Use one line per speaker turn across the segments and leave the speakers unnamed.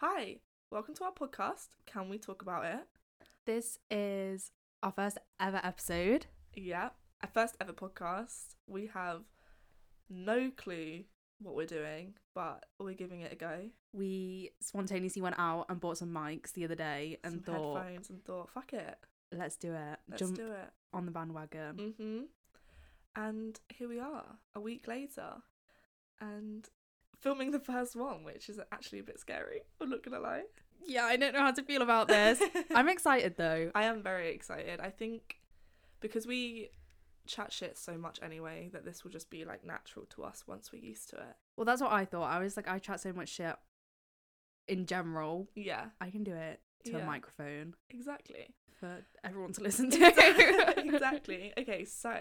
Hi, welcome to our podcast. Can we talk about it?
This is our first ever episode.
Yeah, our first ever podcast. We have no clue what we're doing, but we're giving it a go.
We spontaneously went out and bought some mics the other day and
Some
thought,
headphones and thought, fuck it,
let's do it.
let's
Jump
do it.
on the bandwagon.
Mm-hmm. And here we are, a week later, and filming the first one, which is actually a bit scary. I'm not gonna lie.
Yeah, I don't know how to feel about this. I'm excited though.
I am very excited. I think because we chat shit so much anyway that this will just be like natural to us once we're used to it.
Well, that's what I thought. I was like, I chat so much shit in general.
Yeah,
I can do it to
Yeah.
a microphone
exactly.
for everyone to listen to.
exactly. Okay, so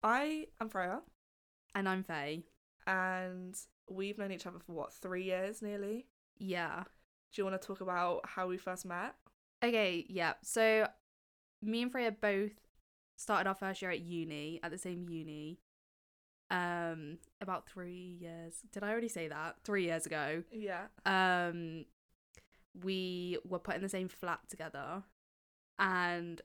I am Freya
And I'm Faye.
and we've known each other for what, three years nearly?
Yeah.
Do you want to talk about how we first met?
Okay, yeah. So me and Freya both started our first year at uni, at the same uni. Um about 3 years. Did I already say that? 3 years ago.
Yeah.
Um we were put in the same flat together. And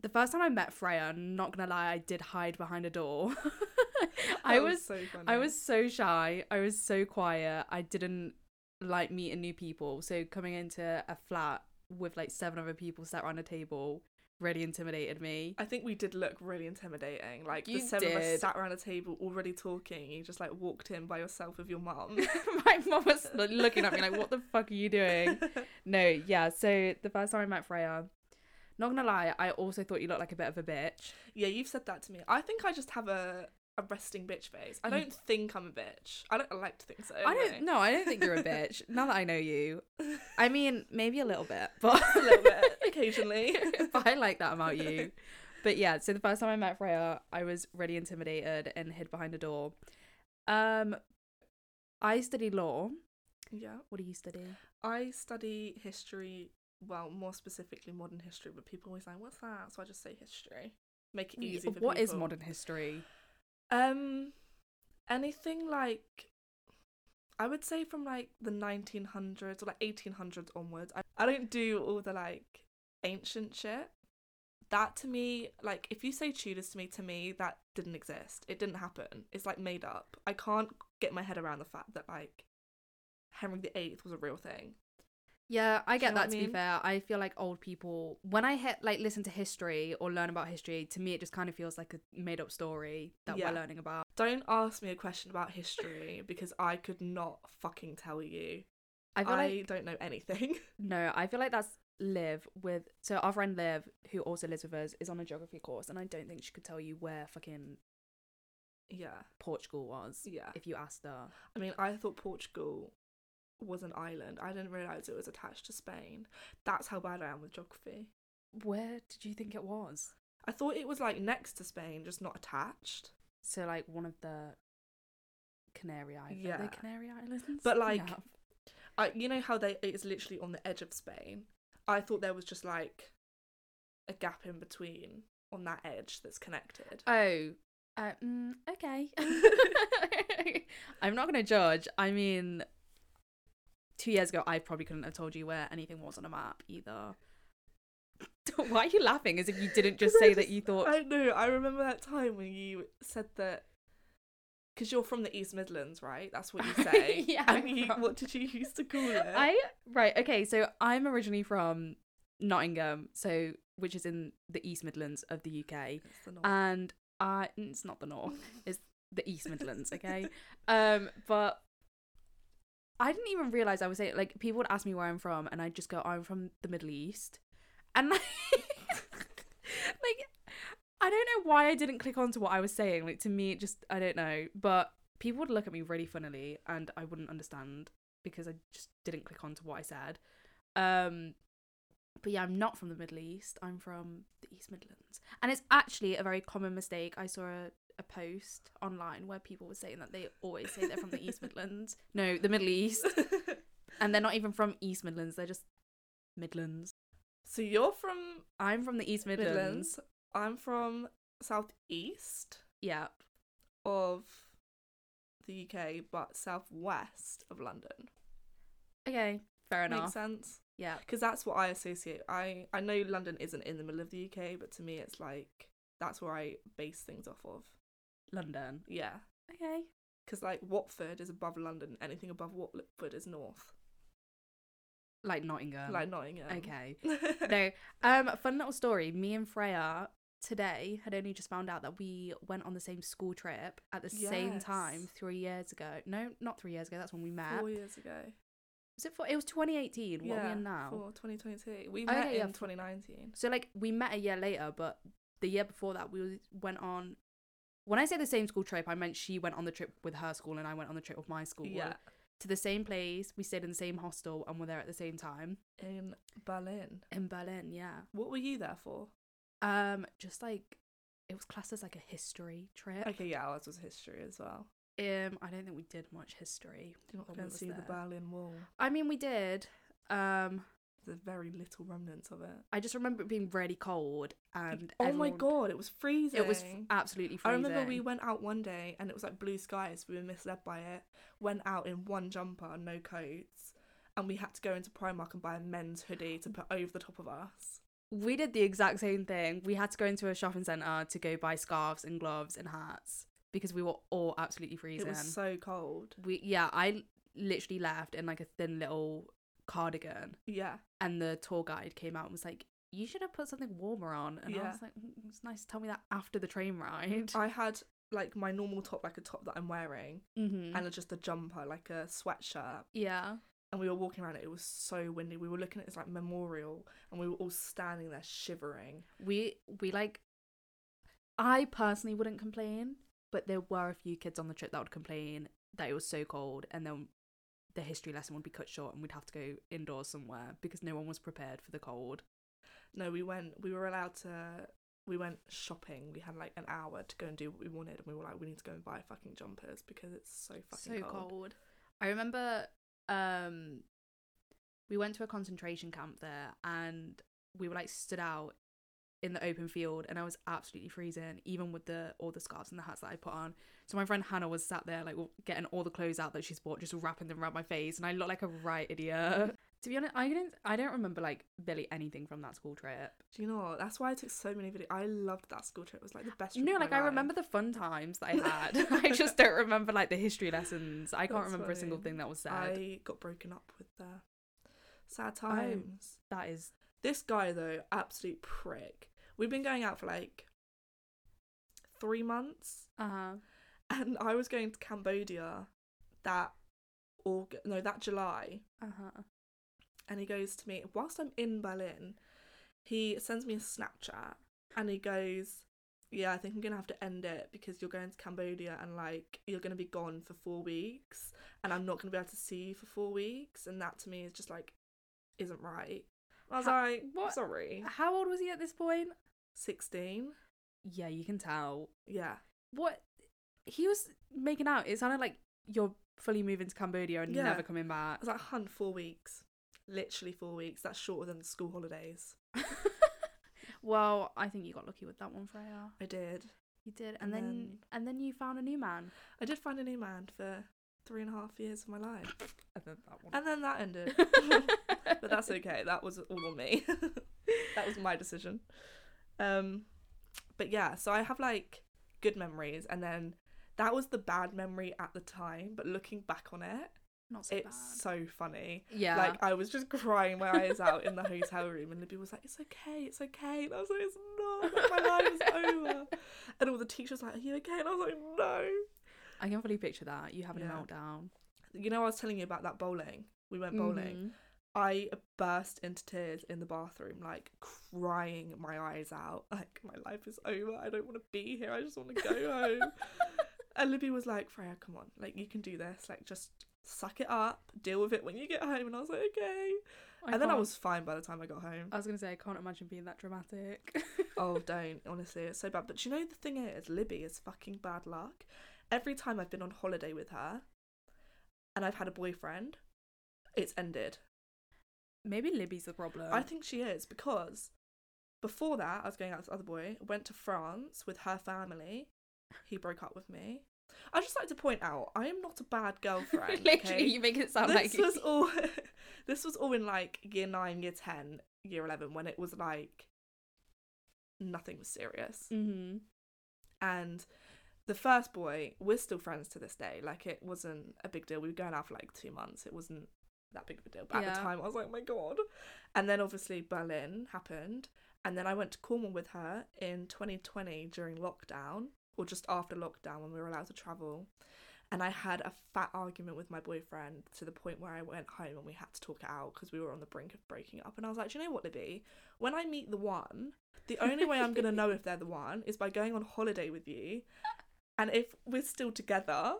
the first time I met Freya, not going to lie, I did hide behind a door. I
That
was
so funny.
I was so shy. I was so quiet. I didn't like meeting new people. So coming into a flat with like seven other people sat around a table really intimidated me.
I think we did look really intimidating. Like
You
the seven of us
did.
sat around a table already talking. You just like walked in by yourself with your mum.
My mom was like, looking at me like, "What the fuck are you doing?" No, yeah. So the first time I met Freya, not gonna lie, I also thought you looked like a bit of a bitch.
Yeah, you've said that to me. I think I just have a a resting bitch face. I
You-
don't think I'm a bitch. I don't I like to think so.
Mm. I don't.
know.
No, I don't think you're a bitch. now that I know you, I mean, maybe a little bit, but
a little bit occasionally.
but I like that about you. But yeah, so the first time I met Freya, I was really intimidated and hid behind a door. Um, I study law.
yeah.
What do you study?
I study history, well, more specifically modern history, but people always like, "What's that?" So I just say history. Make it easy for
What is
people.
modern history?
Um, anything like I would say from like the 1900s or like 1800s onwards. I, I don't do all the like ancient shit. That to me, like if you say Tudors to me, to me that didn't exist. It didn't happen. It's like made up. I can't get my head around the fact that like Henry VIII was a real thing.
Yeah, I
you
get
know what
that.
I
To
mean?
be fair, I feel like old people. When I hit like listen to history or learn about history, to me it just kind of feels like a made up story that
Yeah.
we're learning about.
Don't ask me a question about history because I could not fucking tell you.
I
I,
feel like
don't know anything.
No, I feel like that's Liv with so our friend Liv, who also lives with us, is on a geography course, and I don't think she could tell you where fucking
yeah,
Portugal was
yeah.
if you asked her.
I mean, I thought Portugal was an island. I didn't realize it was attached to Spain. That's how bad I am with geography.
Where did you think it was?
I thought it was like next to Spain, just not attached.
So like one of the Canary Islands. Yeah.
Yeah.
The Canary Islands.
But, like,
Yeah.
I, you know how they it is literally on the edge of Spain. I thought there was just like a gap in between on that edge that's connected.
Oh. Uh, mm, okay. I'm not gonna judge. I mean two years ago I probably couldn't have told you where anything was on a map either. Why are you laughing as if you didn't just
'Cause I
say that
just-
you thought
I know. I remember that time when you said that because you're from the East Midlands, right? That's what you say.
Yeah,
And
I'm
you,
from-
what did you used to call it?
I right okay. So I'm originally from Nottingham, so which is in the East Midlands of the UK,
It's the North.
and I it's not the North, it's the East Midlands. Okay, um, but I didn't even realize I was saying like people would ask me where I'm from, and I'd just go I'm from the Middle East, and like like. I don't know why I didn't click on to what I was saying. Like to me, it just I don't know. But people would look at me really funnily, and I wouldn't understand because I just didn't click on to what I said. Um, but yeah, I'm not from the Middle East. I'm from the East Midlands, and it's actually a very common mistake. I saw a, a post online where people were saying that they always say they're from the East Midlands. No, the Middle East, and they're not even from East Midlands. They're just Midlands.
so you're from
I'm from the East Midlands.
Midlands. I'm from southeast
Yeah,
of the UK, but southwest of London.
Okay, fair
Makes
enough.
sense.
Yeah.
Because that's what I associate. I I know London isn't in the middle of the UK, but to me, it's like that's where I base things off of.
London.
Yeah.
Okay.
Because like Watford is above London. Anything above Watford is north,
Like Nottingham.
like Nottingham.
Um, Okay. no. Um, fun little story. Me and Freya today had only just found out that we went on the same school trip at the same
Yes.
time three years ago. No, not three years ago. That's when we met.
Four years ago.
Was it? Four? It was 2018. What are we
Yeah,
in now?
For 2022. We
Okay,
met
yeah,
in
for-
2019.
So like we met a year later, but the year before that we was- went on. When I say the same school trip, I meant she went on the trip with her school and I went on the trip with my school.
Yeah.
To the same place. We stayed in the same hostel and were there at the same time
In Berlin.
in Berlin. Yeah.
What were you there for?
Um, just like it was classed as like a history trip.
Okay, yeah, ours was history as well.
Um, I don't think we did much history.
Do you
when
not
we
go and
was
see the
there.
Berlin Wall?
I mean, we did. Um,
There's very little remnants of it.
I just remember it being really cold and
oh my
everyone-
god, it was freezing.
it was f- absolutely
I
freezing.
remember we went out one day and it was like blue skies. We were misled by it. Went out in one jumper, no coats, and we had to go into Primark and buy a men's hoodie to put over the top of us.
We did the exact same thing. We had to go into a shopping centre to go buy scarves and gloves and hats because we were all absolutely freezing.
It was so cold.
we yeah, I literally left in like a thin little cardigan
Yeah,
and the tour guide came out and was like, You should have put something warmer on and I
Yeah.
was like, "Mm, It's nice to tell me that after the train ride.
I had like my normal top, like a top that I'm wearing,
mm-hmm.
and just a jumper, like a sweatshirt,
yeah.
and we were walking around it. It was so windy. We were looking at this like memorial, and we were all standing there shivering.
We we like I personally wouldn't complain, but there were a few kids on the trip that would complain that it was so cold and then the history lesson would be cut short and we'd have to go indoors somewhere because no one was prepared for the cold.
No, we went. We were allowed to. We went shopping. We had like an hour to go and do what we wanted, and we were like, we need to go and buy fucking jumpers because it's so fucking cold.
I remember um we went to a concentration camp there and we were like stood out in the open field and I was absolutely freezing even with the all the scarves and the hats that I put on. So my friend Hannah was sat there like getting all the clothes out that she's bought just wrapping them around my face and I looked like a right idiot. to be honest, I didn't I don't remember like barely anything from that school trip.
Do you know what? That's why I took so many videos. I loved that school trip. It was like the best. Trip
No,
of
like
my
I
life.
remember the fun times that I had. I just don't remember like the history lessons. I can't
That's
remember a single
funny.
thing that Oh. was said.
I got broken up with there. Sad times.
That is
This guy though, absolute prick. We've been going out for like three months,
uh
and I was going to Cambodia that August, no, that July,
uh-huh.
and he goes to me whilst I'm in Berlin. He sends me a Snapchat, and he goes, "Yeah, I think I'm gonna have to end it because you're going to Cambodia and like you're gonna be gone for four weeks, and I'm not gonna be able to see you for four weeks." And that to me is just like, isn't right. I was
Ha-
like,
what?
Sorry,
How old was he at this point?
sixteen.
Yeah, you can tell.
Yeah.
What he was making out, it sounded like you're fully moving to Cambodia and
Yeah.
never coming back.
I was like, hun, four weeks. Literally four weeks. That's shorter than the school holidays.
well, I think you got lucky with that one, Freya.
I did.
You did, and,
And
then,
then-
and then you found a new man.
I did find a new man for three and a half years of my life.
And then that one.
And then that ended. but that's okay. That was all on me. that was my decision. Um, but yeah, so I have like good memories. And then that was the bad memory at the time. But looking back on it,
not so
it's
bad.
so funny.
Yeah,
Like I was just crying my eyes out in the hotel room, and Libby was like, "It's okay, it's okay." And I was like, "It's not. My life is over." And all the teachers were like, "Are you okay?" And I was like, "No."
I can fully picture that you having
Yeah.
a meltdown.
You know, I was telling you about that bowling. We went bowling.
Mhm.
I burst into tears in the bathroom, like crying my eyes out. Like my life is over. I don't want to be here. I just want to
Mm-hmm.
go home. And Libby was like, "Freya, come on. Like you can do this. Like just suck it up. Deal with it when you get home." And I was like, "Okay." and then I
can't- Uh,
was fine by the time I got home.
I was gonna say I can't imagine being that dramatic.
Oh, don't. Honestly, it's so bad. But do you know the thing is, Libby is fucking bad luck. Every time I've been on holiday with her and I've had a boyfriend, it's ended.
Maybe Libby's the problem.
I think she is because before that, I was going out with this other boy, went to France with her family. He broke up with me. I just like to point out, I am not a bad girlfriend.
Literally,
okay?
you make it sound
this
like
was all This was all in like year nine, year ten, year eleven, when it was like nothing was serious.
Mm-hmm.
And the first boy, we're still friends to this day. Like it wasn't a big deal. We were going out for like two months. It wasn't that big of a deal. But at
Yeah.
the time, I was like, my god. And then obviously Berlin happened, and then I went to Cornwall with her in 2020 during lockdown, or just after lockdown when we were allowed to travel. And I had a fat argument with my boyfriend to the point where I went home and we had to talk it out because we were on the brink of breaking up. And I was like, Do you know what, Libby? When I meet the one, the only way I'm going to know if they're the one is by going on holiday with you. And if we're still together,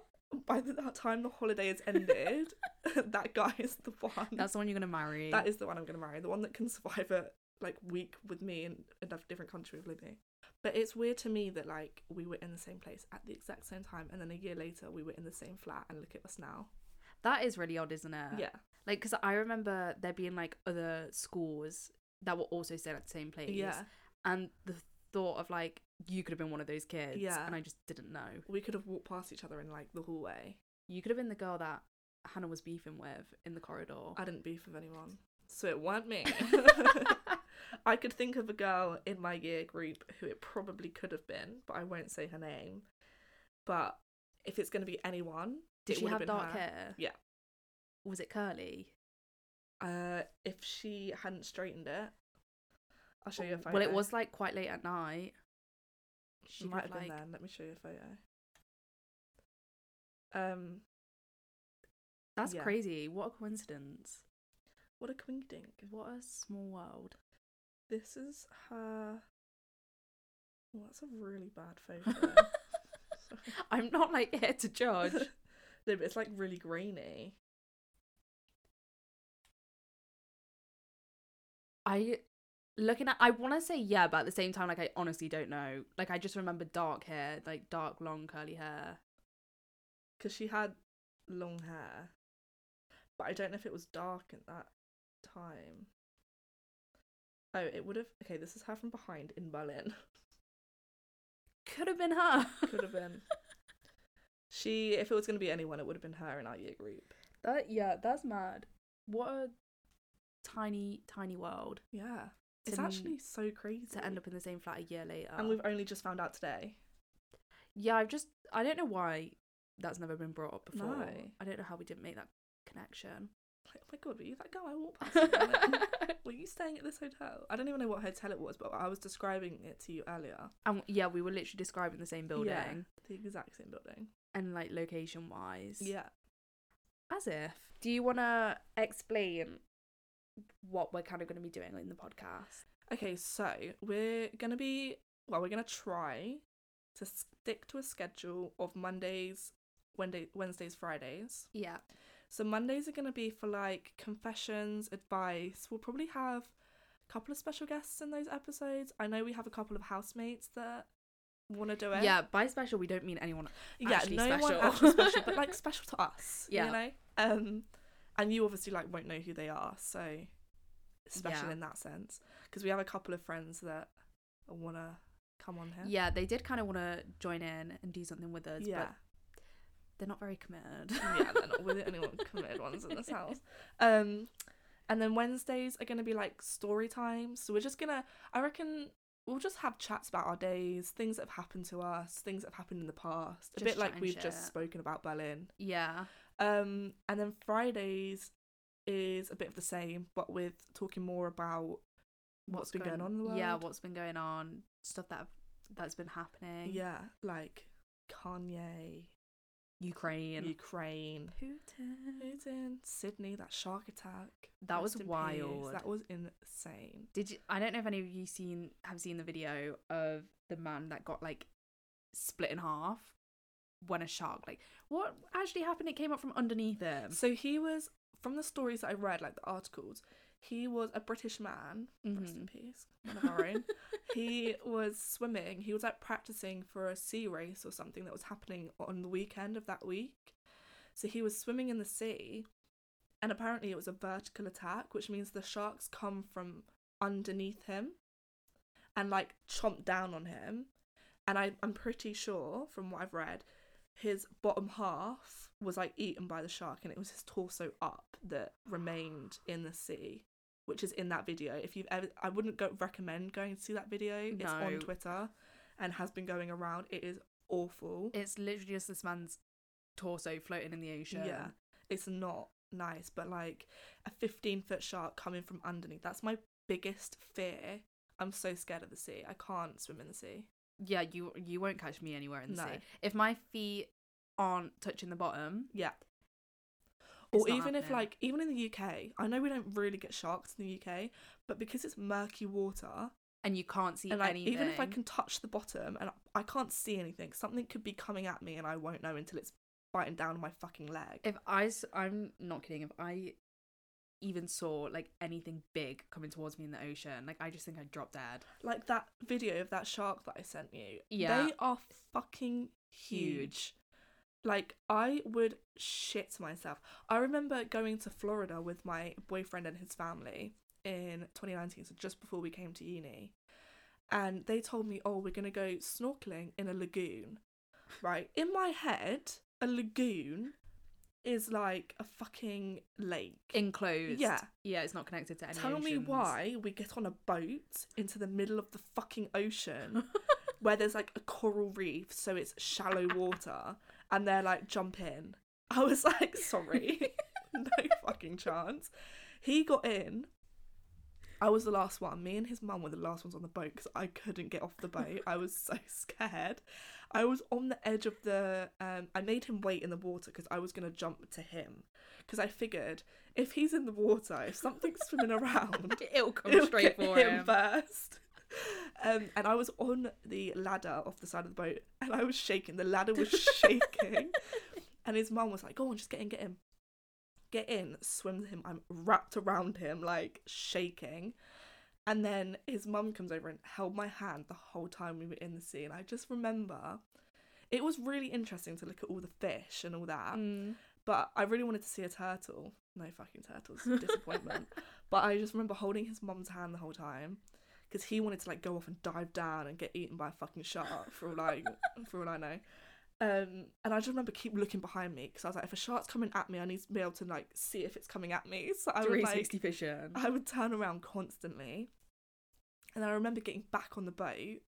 by the that time the holiday has ended, that guy is the one.
That's the one you're gonna marry.
that is the one I'm going to marry. The one that can survive a like week with me in a dif- different country with Libby. But it's weird to me that like we were in the same place at the exact same time, and then a year later we were in the same flat, and look at us now.
that is really odd, isn't it?
yeah,
Like, because I remember there being like other scores that were also staying at the same place.
yeah.
And the thought of like you could have been one of those kids.
Yeah.
And I just didn't know.
We could have walked past each other in like the hallway.
You could have been the girl that Hannah was beefing with in the corridor.
I didn't beef with anyone, so it weren't me. I could think of a girl in my year group who it probably could have been, but I won't say her name. But if it's going to be anyone,
Did
it
she
would
have
been
dark
her.
hair?
Yeah.
Was it curly?
Uh, if she hadn't straightened it, I'll show you a photo.
Well, it was like quite late at night. She
might
looked
have been then. Let me show you a photo. Um,
That's
Yeah.
crazy. What a coincidence.
what a quink-dink.
What a small world.
This is her. Oh, that's a really bad photo.
I'm not like here to
no,
judge.
but it's like really grainy.
I looking at I want to say yeah, but at the same time like I honestly don't know. Like I just remember dark hair, like dark long curly hair.
because she had long hair, but I don't know if it was dark at that time. Oh, it would have. Okay, this is her from behind in Berlin.
Could have been her.
Could have been. She, if it was going to be anyone, it would have been her in our year group.
That yeah, that's mad. What a tiny tiny world
Yeah,
To
it's
n-
actually so crazy.
to end up in the same flat a year later.
and we've only just found out today.
Yeah, I've just I don't know why that's never been brought up before.
No.
I don't know how we didn't make that connection.
Like, oh my god, were you that girl I walked past? you in Berlin? were you staying at this hotel? I don't even know what hotel it was, but I was describing it to you earlier.
and yeah, we were literally describing the same building
The exact same building.
and like location wise.
Yeah.
As if. Do you want to explain what we're kind of going to be doing in the podcast?
Okay, so we're gonna be well, we're gonna try to stick to a schedule of Mondays, Wednesday, Wednesdays, Fridays.
Yeah.
So Mondays are gonna be for like confessions, advice. We'll probably have a couple of special guests in those episodes. I know we have a couple of housemates that want to do it.
Yeah, by special we don't mean anyone.
yeah,
actually
no one
special.
actually special, but like special to us.
Yeah.
you know. Um, and you obviously like won't know who they are, so special
Yeah.
in that sense because we have a couple of friends that wanna come on here.
Yeah, they did kind of want to join in and do something with us,
yeah,
but they're not very committed.
yeah. They're not with anyone committed ones in this house. Um, and then Wednesdays are gonna be like story time, so we're just gonna. I reckon. We'll just have chats about our days, things that have happened to us, things that have happened in the past, a
Just
bit like
chatting
we've
shit.
just spoken about Berlin.
Yeah.
Um, and then Fridays is a bit of the same, but with talking more about what's been going on in the world.
Yeah, what's been going on, stuff that that's been happening.
yeah, like Kanye,
Ukraine.
Ukraine,
Putin.
Putin, Sydney, that shark attack.
That
Rest
was
in peace.
wild.
That was insane.
Did you, I don't know if any of you seen have seen the video of the man that got like split in half when a shark like what actually happened? It came up from underneath him.
So he was from the stories that I read, like the articles. He was a British man. Rest in
Mhm.
peace. One of our own. he was swimming. He was like practicing for a sea race or something that was happening on the weekend of that week. So he was swimming in the sea, and apparently it was a vertical attack, which means the sharks come from underneath him and like chomp down on him. And I, I'm pretty sure from what I've read, his bottom half was like eaten by the shark and it was his torso up that remained in the sea which is in that video if you've ever i wouldn't go recommend going to see that video it's
No.
on twitter and has been going around it is awful
It's literally just this man's torso floating in the ocean.
Yeah. it's not nice but like a 15 foot shark coming from underneath that's my biggest fear i'm so scared of the sea i can't swim in the sea
Yeah, you you won't catch me anywhere in the
No.
sea. If my feet aren't touching the bottom,
Yeah.
It's
or
not
even if
happening.
like even in the UK, I know we don't really get sharks in the UK, but because it's murky water,
and you can't see
and like
anything.
even if I can touch the bottom and I can't see anything, something could be coming at me and I won't know until it's biting down my fucking leg.
if I, s- I'm not kidding. If I even saw like anything big coming towards me in the ocean, like I just think I'd drop dead.
like that video of that shark that I sent you.
Yeah.
They are fucking huge.
Huge.
Like I would shit myself. I remember going to Florida with my boyfriend and his family in 2019, so just before we came to uni. And they told me, "Oh, we're going to go snorkeling in a lagoon." Right? In my head, a lagoon is like a fucking lake.
Enclosed.
Yeah.
Yeah, it's not connected to any.
Tell me
oceans.
why we get on a boat into the middle of the fucking ocean where there's like a coral reef, so it's shallow water, and they're like, jump in. I was like, sorry, no fucking chance. He got in. I was the last one. Me and his mum were the last ones on the boat because I couldn't get off the boat. I was so scared. I was on the edge of the. Um, I made him wait in the water because I was going to jump to him because I figured if he's in the water, if something's swimming around,
It'll come
it'll get
straight for him.
first. Um, and I was on the ladder off the side of the boat, and I was shaking. The ladder was shaking, and his mum was like, "Go on, just get in, get in, get in." Swim to him. I'm wrapped around him, like shaking. And then his mum comes over and held my hand the whole time we were in the sea. And I just remember it was really interesting to look at all the fish and all that
Mm.
but I really wanted to see a turtle. No fucking turtles, disappointment. but I just remember holding his mum's hand the whole time because he wanted to like go off and dive down and get eaten by a fucking shark for all I for all I know. Um, and I just remember keep looking behind me because I was like, if a shark's coming at me, I need to be able to like see if it's coming at me. So I would like "Ah,
360 vision.
I would turn around constantly. And I remember getting back on the boat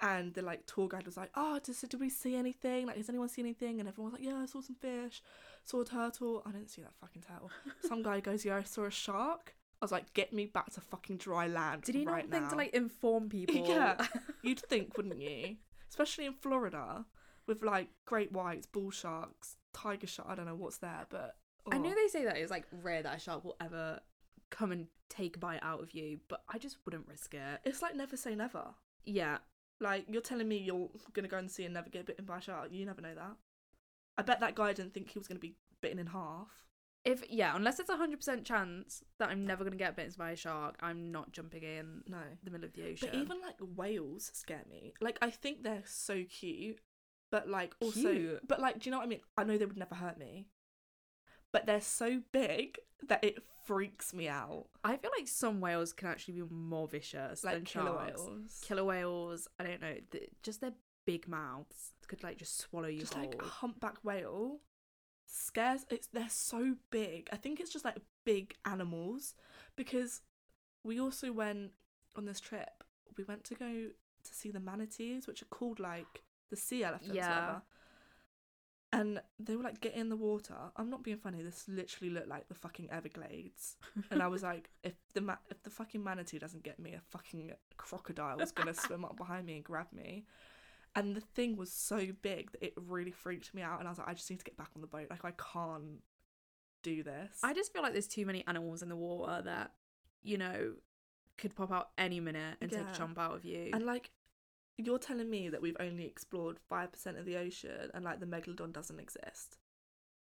and the like tour guide was like, Oh, did, so did we see anything? Like, has anyone seen anything? And everyone was like, Yeah, I saw some fish, saw a turtle. I didn't see that fucking turtle. Some guy goes, Yeah, I saw a shark. I was like, Get me back to fucking dry land.
Did he not
right
think
now.
to like inform people?
Yeah. You'd think, wouldn't you? Especially in Florida with like great whites, bull sharks, tiger shark. I don't know what's there, but
I know
oh.
they say that it's like rare that a shark will ever come and take a bite out of you, but I just wouldn't risk it.
it's like never say never.
Yeah.
Like you're telling me you're gonna go and see and never get bitten by a shark. You never know that. I bet that guy didn't think he was gonna be bitten in half.
If yeah, unless it's a hundred percent chance that I'm never gonna get bitten by a shark, I'm not jumping in
No.
the middle of the ocean.
But even like whales scare me. Like I think they're so cute, but like also,
Cute.
but like, do you know what I mean? I know they would never hurt me, but they're so big that it freaks me out.
I feel like some whales can actually be more vicious
Like
than
killer
sharks.
whales,
Killer whales, I don't know, th- just their big mouths could like just swallow you
just
whole.
like a humpback whale scares it's they're so big i think it's just like big animals because we also went on this trip we went to go to see the manatees which are called like the sea elephants
Yeah.
yeah and they were like get in the water i'm not being funny this literally looked like the fucking everglades and i was like if the ma- if the fucking manatee doesn't get me a fucking crocodile is gonna swim up behind me and grab me and the thing was so big that it really freaked me out and i was like i just need to get back on the boat like i can't do this
I just feel like there's too many animals in the water that, you know, could pop out any minute and take
Yeah.
a chomp out of you.
and like you're telling me that we've only explored 5% of the ocean and like the megalodon doesn't exist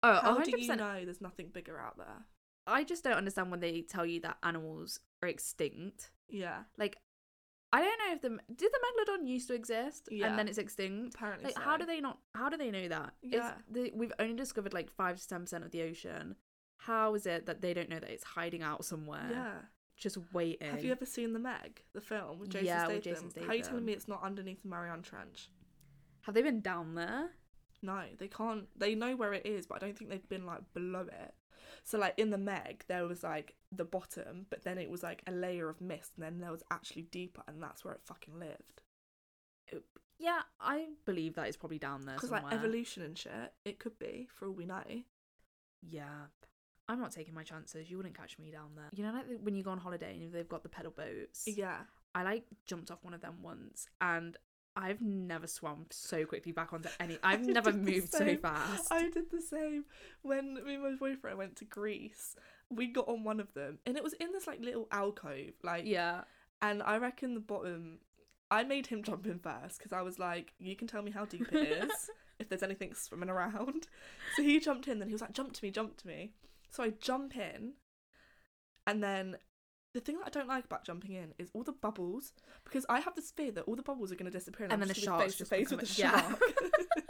oh,
how
100%.
do you know there's nothing bigger out there
I just don't understand when they tell you that animals are extinct.
yeah
Like, I don't know if the did the megalodon used to exist
Yeah.
and then it's extinct.
apparently
Like,
so.
how do they not? How do they know that? It's
Yeah.
the, we've only discovered like five to ten percent of the ocean. How is it that they don't know that it's hiding out somewhere,
yeah
just waiting?
Have you ever seen the Meg, the film with Jason
Yeah,
Statham?
with Jason
How are you telling
Statham.
me it's not underneath the Marianne Trench?
Have they been down there?
No, they can't. They know where it is, but I don't think they've been like below it. So like in the Meg, there was like the bottom, but then it was like a layer of mist, and then there was actually deeper, and that's where it fucking lived.
Yeah, I believe that is probably down there
Because
somewhere.
like evolution and shit, it could be for all we know.
yeah, I'm not taking my chances. You wouldn't catch me down there. You know, like when you go on holiday and they've got the pedal boats.
Yeah,
I like jumped off one of them once, and I've never swum so quickly back onto any. I've
I
never
did the
moved so
same.
fast.
I did the same when me and my boyfriend went to Greece. We got on one of them, and it was in this like little alcove, like
yeah,
And I reckon the bottom, I made him jump in first because I was like, you can tell me how deep it is if there's anything swimming around. So he jumped in, then he was like, jump to me, jump to me. So I jump in, and then the thing that I don't like about jumping in is all the bubbles because I have this fear that all the bubbles are going to disappear and,
and
I'm
then the
just gonna be
sharks
face to
just
face
come
with the
coming-
shark.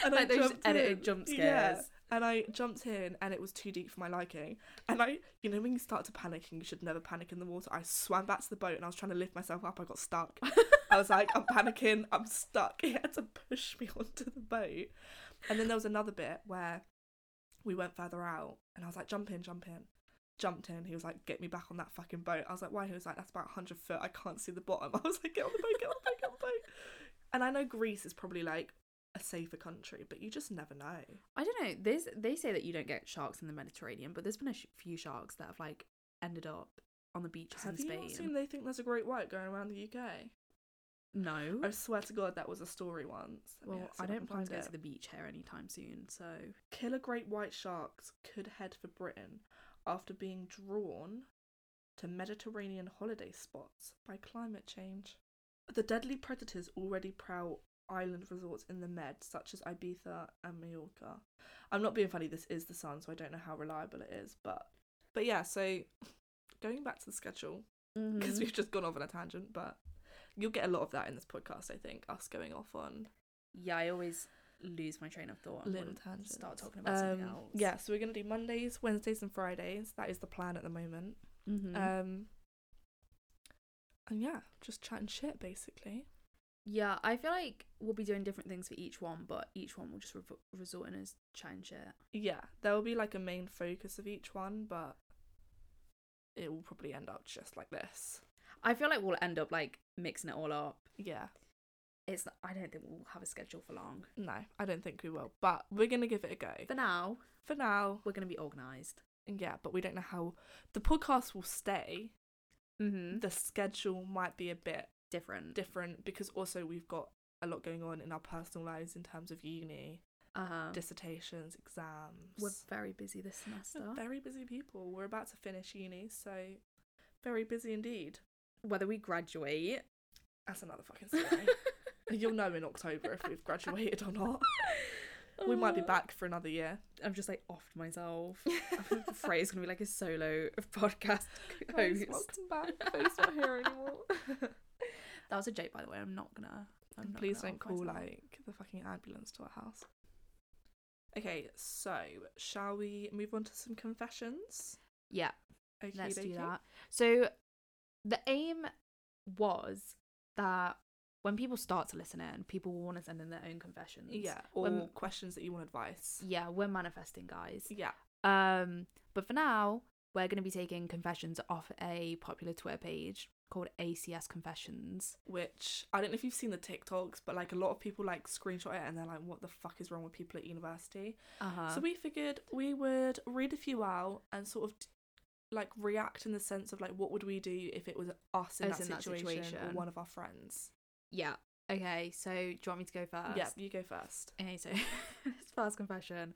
Yeah.
And I
like those
jumped
edited
in.
jump scares.
Yeah. And I jumped in, and it was too deep for my liking. And I, you know, when you start to panic, and you should never panic in the water, I swam back to the boat and I was trying to lift myself up. I got stuck. I was like, I'm panicking, I'm stuck. He had to push me onto the boat. And then there was another bit where we went further out, and I was like, jump in, jump in. Jumped in. He was like, get me back on that fucking boat. I was like, why? He was like, that's about 100 foot. I can't see the bottom. I was like, get on the boat, get on the boat, get on the boat. And I know Greece is probably like a safer country, but you just never know.
I don't know. There's they say that you don't get sharks in the Mediterranean, but there's been a sh- few sharks that have like ended up on the beaches
Have
in
you
Spain.
not seen they think there's a great white going around the UK?
No.
I swear to God, that was a story once. Let me
Well,
see
I
if can
don't plan
find
to go
it.
to the beach here anytime soon, so
Killer great white sharks could head for Britain after being drawn to Mediterranean holiday spots by climate change. The deadly predators already prowl island resorts in the Med, such as Ibiza and Mallorca. I'm not being funny, this is the sun, so I don't know how reliable it is, but but yeah, so going back to the schedule, because
Hmm.
we've just gone off on a tangent, but you'll get a lot of that in this podcast, I think, us going off on
yeah, I always lose my train of thought and
little
want to
tangents.
start talking about something
Um,
else.
Yeah, so we're gonna do Mondays, Wednesdays, and Fridays. That is the plan at the moment.
Mhm.
Um, and yeah, just chatting shit basically.
yeah, I feel like we'll be doing different things for each one, but each one will just re- resort in as chat and shit.
Yeah, there will be like a main focus of each one, but it will probably end up just like this.
I feel like we'll end up like mixing it all up.
Yeah,
It's I don't think we'll have a schedule for long.
no, I don't think we will, but we're gonna give it a go
For now,
for now.
we're gonna be organised.
Yeah, but we don't know how the podcast will stay.
Mm-hmm.
The schedule might be a bit
Different.
different because also we've got a lot going on in our personal lives in terms of uni,
uh
dissertations, exams.
We're very busy this semester.
We're very busy people. We're about to finish uni, so very busy indeed.
Whether we graduate,
That's another fucking story. You'll know in October if we've graduated or not. We might be
Uh,
back for another year.
I'm just like offed myself. I'm afraid it's gonna be like a solo podcast
Guys,
host.
welcome back. Faye's not here anymore.
That was a joke, by the way. I'm not gonna. I'm
And
not
please
gonna
don't
off
call
myself.
like the fucking ambulance to our house. Okay, so shall we move on to some confessions?
Yeah,
Okie
let's do
dokie.
that. So, the aim was that when people start to listen in, people will want to send in their own confessions.
Yeah, or
When-
questions that you want advice.
yeah, we're manifesting, guys.
Yeah,
Um, but for now, we're going to be taking confessions off a popular Twitter page called ACS Confessions.
which I don't know if you've seen the TikToks, but like a lot of people like screenshot it and they're like, "What the fuck is wrong with people at university?"
Uh-huh.
so we figured we would read a few out and sort of like react in the sense of like, what would we do if it was us in,
Us
that,
in that
situation or
situation.
one of our friends?
yeah. Okay. So do you want me to go first?
Yeah, you go first.
Okay. So this first confession.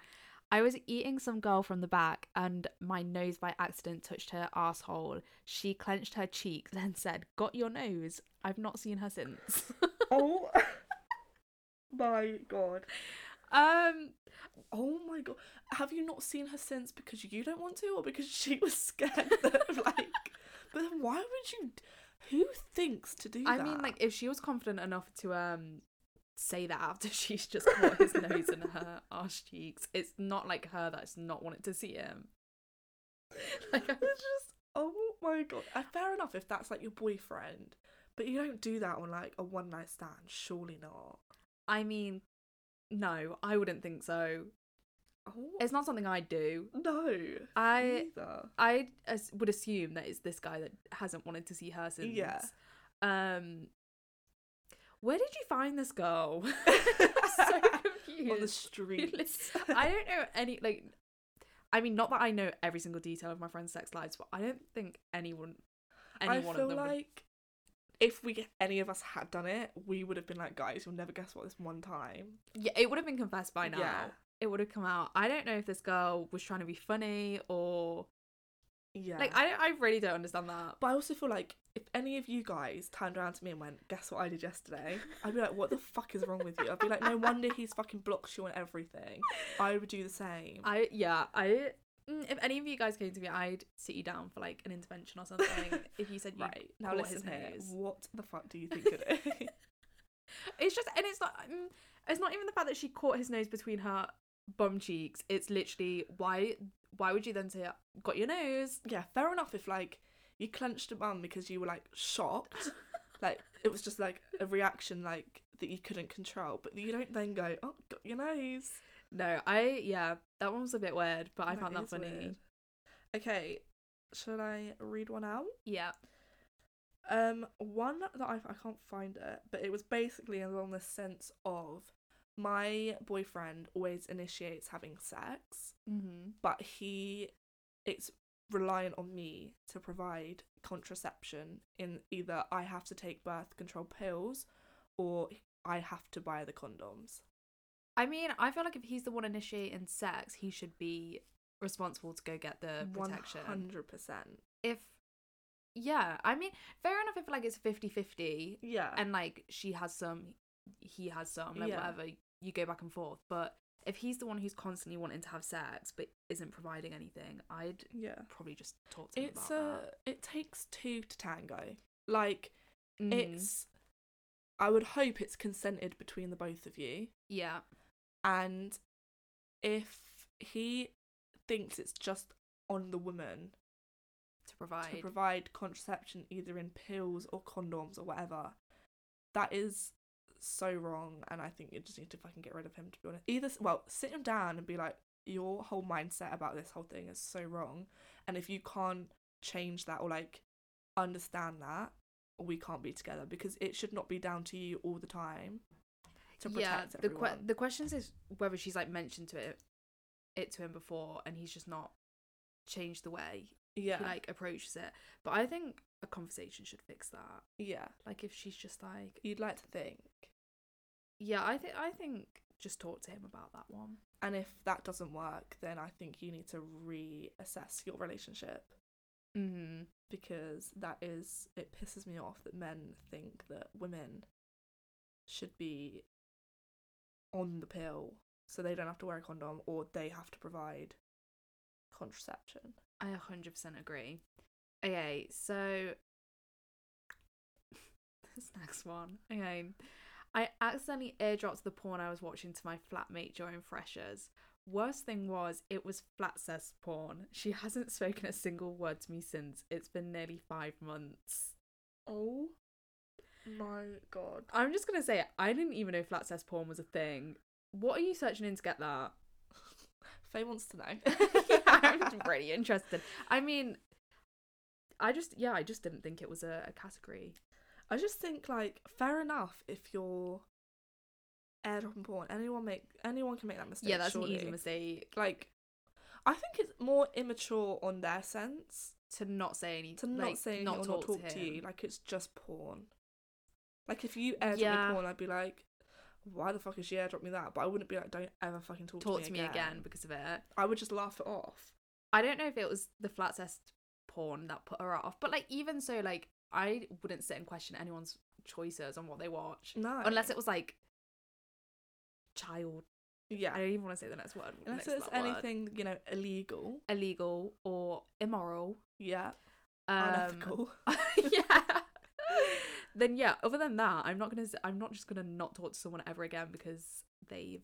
I was eating some girl from the back and my nose by accident touched her asshole. She clenched her cheeks and said, Got your nose. I've not seen her since.
Oh my god!
um,
Oh my god! Have you not seen her since because you don't want to, or because she was scared that like? But then why would you? Who thinks to do
I
that?
mean, like, if she was confident enough to um say that after she's just caught his nose in her arse cheeks, it's not like her that's not wanted to see him. Like, um, I-
it's just oh my god. Uh, fair enough if that's like your boyfriend, but you don't do that on like a one night stand. Surely not.
I mean, No, I wouldn't think so.
Oh,
It's not something I'd do.
no.
I
Neither.
I as- would assume that it's this guy that hasn't wanted to see her since.
Yeah.
Um. Where did you find this girl? so
On the
confused.
streets.
I don't know any like. I mean, not that I know every single detail of my friends' sex lives, but I don't think anyone, any
I
one
feel
of them. would-
like if we any of us had done it, we would have been like, guys, you'll never guess what this one time.
yeah, it would have been confessed by now.
Yeah.
It would have come out. I don't know if this girl was trying to be funny or
Yeah.
like I don't. I really don't understand that.
but I also feel like if any of you guys turned around to me and went, guess what I did yesterday? I'd be like, what the fuck is wrong with you? I'd be like, no wonder he's fucking blocked you on everything. I would do the same.
I yeah I. mm, If any of you guys came to me, I'd sit you down for like an intervention or something. if you said you
right. Now
caught
listen
his
here.
nose.
What the fuck do you think it is?
It's just, and it's not, mm, it's not even the fact that she caught his nose between her bum cheeks. It's literally why, why would you then say, "Got your nose"?
yeah, fair enough if like you clenched a bum because you were like shocked. Like it was just like a reaction like that you couldn't control, but you don't then go, "Oh, got your nose."
No, I yeah, that one was a bit weird, but I found that
is
funny.
weird. Okay, shall I read one out?
Yeah,
Um, one that I I can't find it, but it was basically along the sense of my boyfriend always initiates having sex,
mm-hmm.
but he it's reliant on me to provide contraception in either I have to take birth control pills or I have to buy the condoms.
I mean, I feel like if he's the one initiating sex, he should be responsible to go get the protection.
100%.
If yeah, I mean, fair enough if like it's 50-50
Yeah.
and like she has some, he has some, like
Yeah.
whatever. You go back and forth, but if he's the one who's constantly wanting to have sex but isn't providing anything, I'd
yeah.
probably just talk to him
It's uh,
about
a it takes two to tango. Like
that. Mhm.
it's i would hope it's consented between the both of you
yeah,
and if he thinks it's just on the woman
to provide.
to provide contraception either in pills or condoms or whatever that is so wrong and i think you just need to fucking get rid of him to be honest either well sit him down and be like your whole mindset about this whole thing is so wrong and if you can't change that or like understand that we can't be together because it should not be down to you all the time to protect
the
everyone
the question is whether she's like mentioned to it it to him before, and he's just not changed the way
yeah
he like approaches it. But I think a conversation should fix that.
yeah
Like if she's just like,
you'd like to think
yeah, I think I think just talk to him about that one.
And if that doesn't work, then I think you need to reassess your relationship
Mm-hmm.
because that is, it pisses me off that men think that women should be on the pill so they don't have to wear a condom or they have to provide contraception.
I 100% agree. Okay, so this next one. Okay. I accidentally airdropped the porn I was watching to my flatmate during freshers. Worst thing was, it was flat cess porn. She hasn't spoken a single word to me since. It's been nearly five months.
Oh my god.
I'm just gonna say, I didn't even know flat cess porn was a thing. What are you searching in to get that?
Faye wants to know.
I'm really interested. I mean, I just, yeah, I just didn't think it was a, a category.
I just think like fair enough if you're airdropping porn. Anyone make anyone can make that mistake.
yeah, that's
surely.
an easy mistake
Like, I think it's more immature on their sense
to not say anything.
to not say or not talk to, you. Like it's just porn. Like if you airdrop
Yeah.
me porn, I'd be like, why the fuck is she airdropped me that? But I wouldn't be like, don't ever fucking talk,
talk
to me,
again. because of it.
I would just laugh it off.
I don't know if it was the flat test porn that put her off, but like even so, like I wouldn't sit and question anyone's choices on what they watch,
No,
unless it was like child. I
yeah,
don't even want to say the next word.
unless
next
it's
that word.
anything you know illegal,
illegal or immoral,
yeah, Oh,
um,
unethical.
yeah. then yeah. Other than that, I'm not gonna. s- I'm not just gonna not talk to someone ever again because they've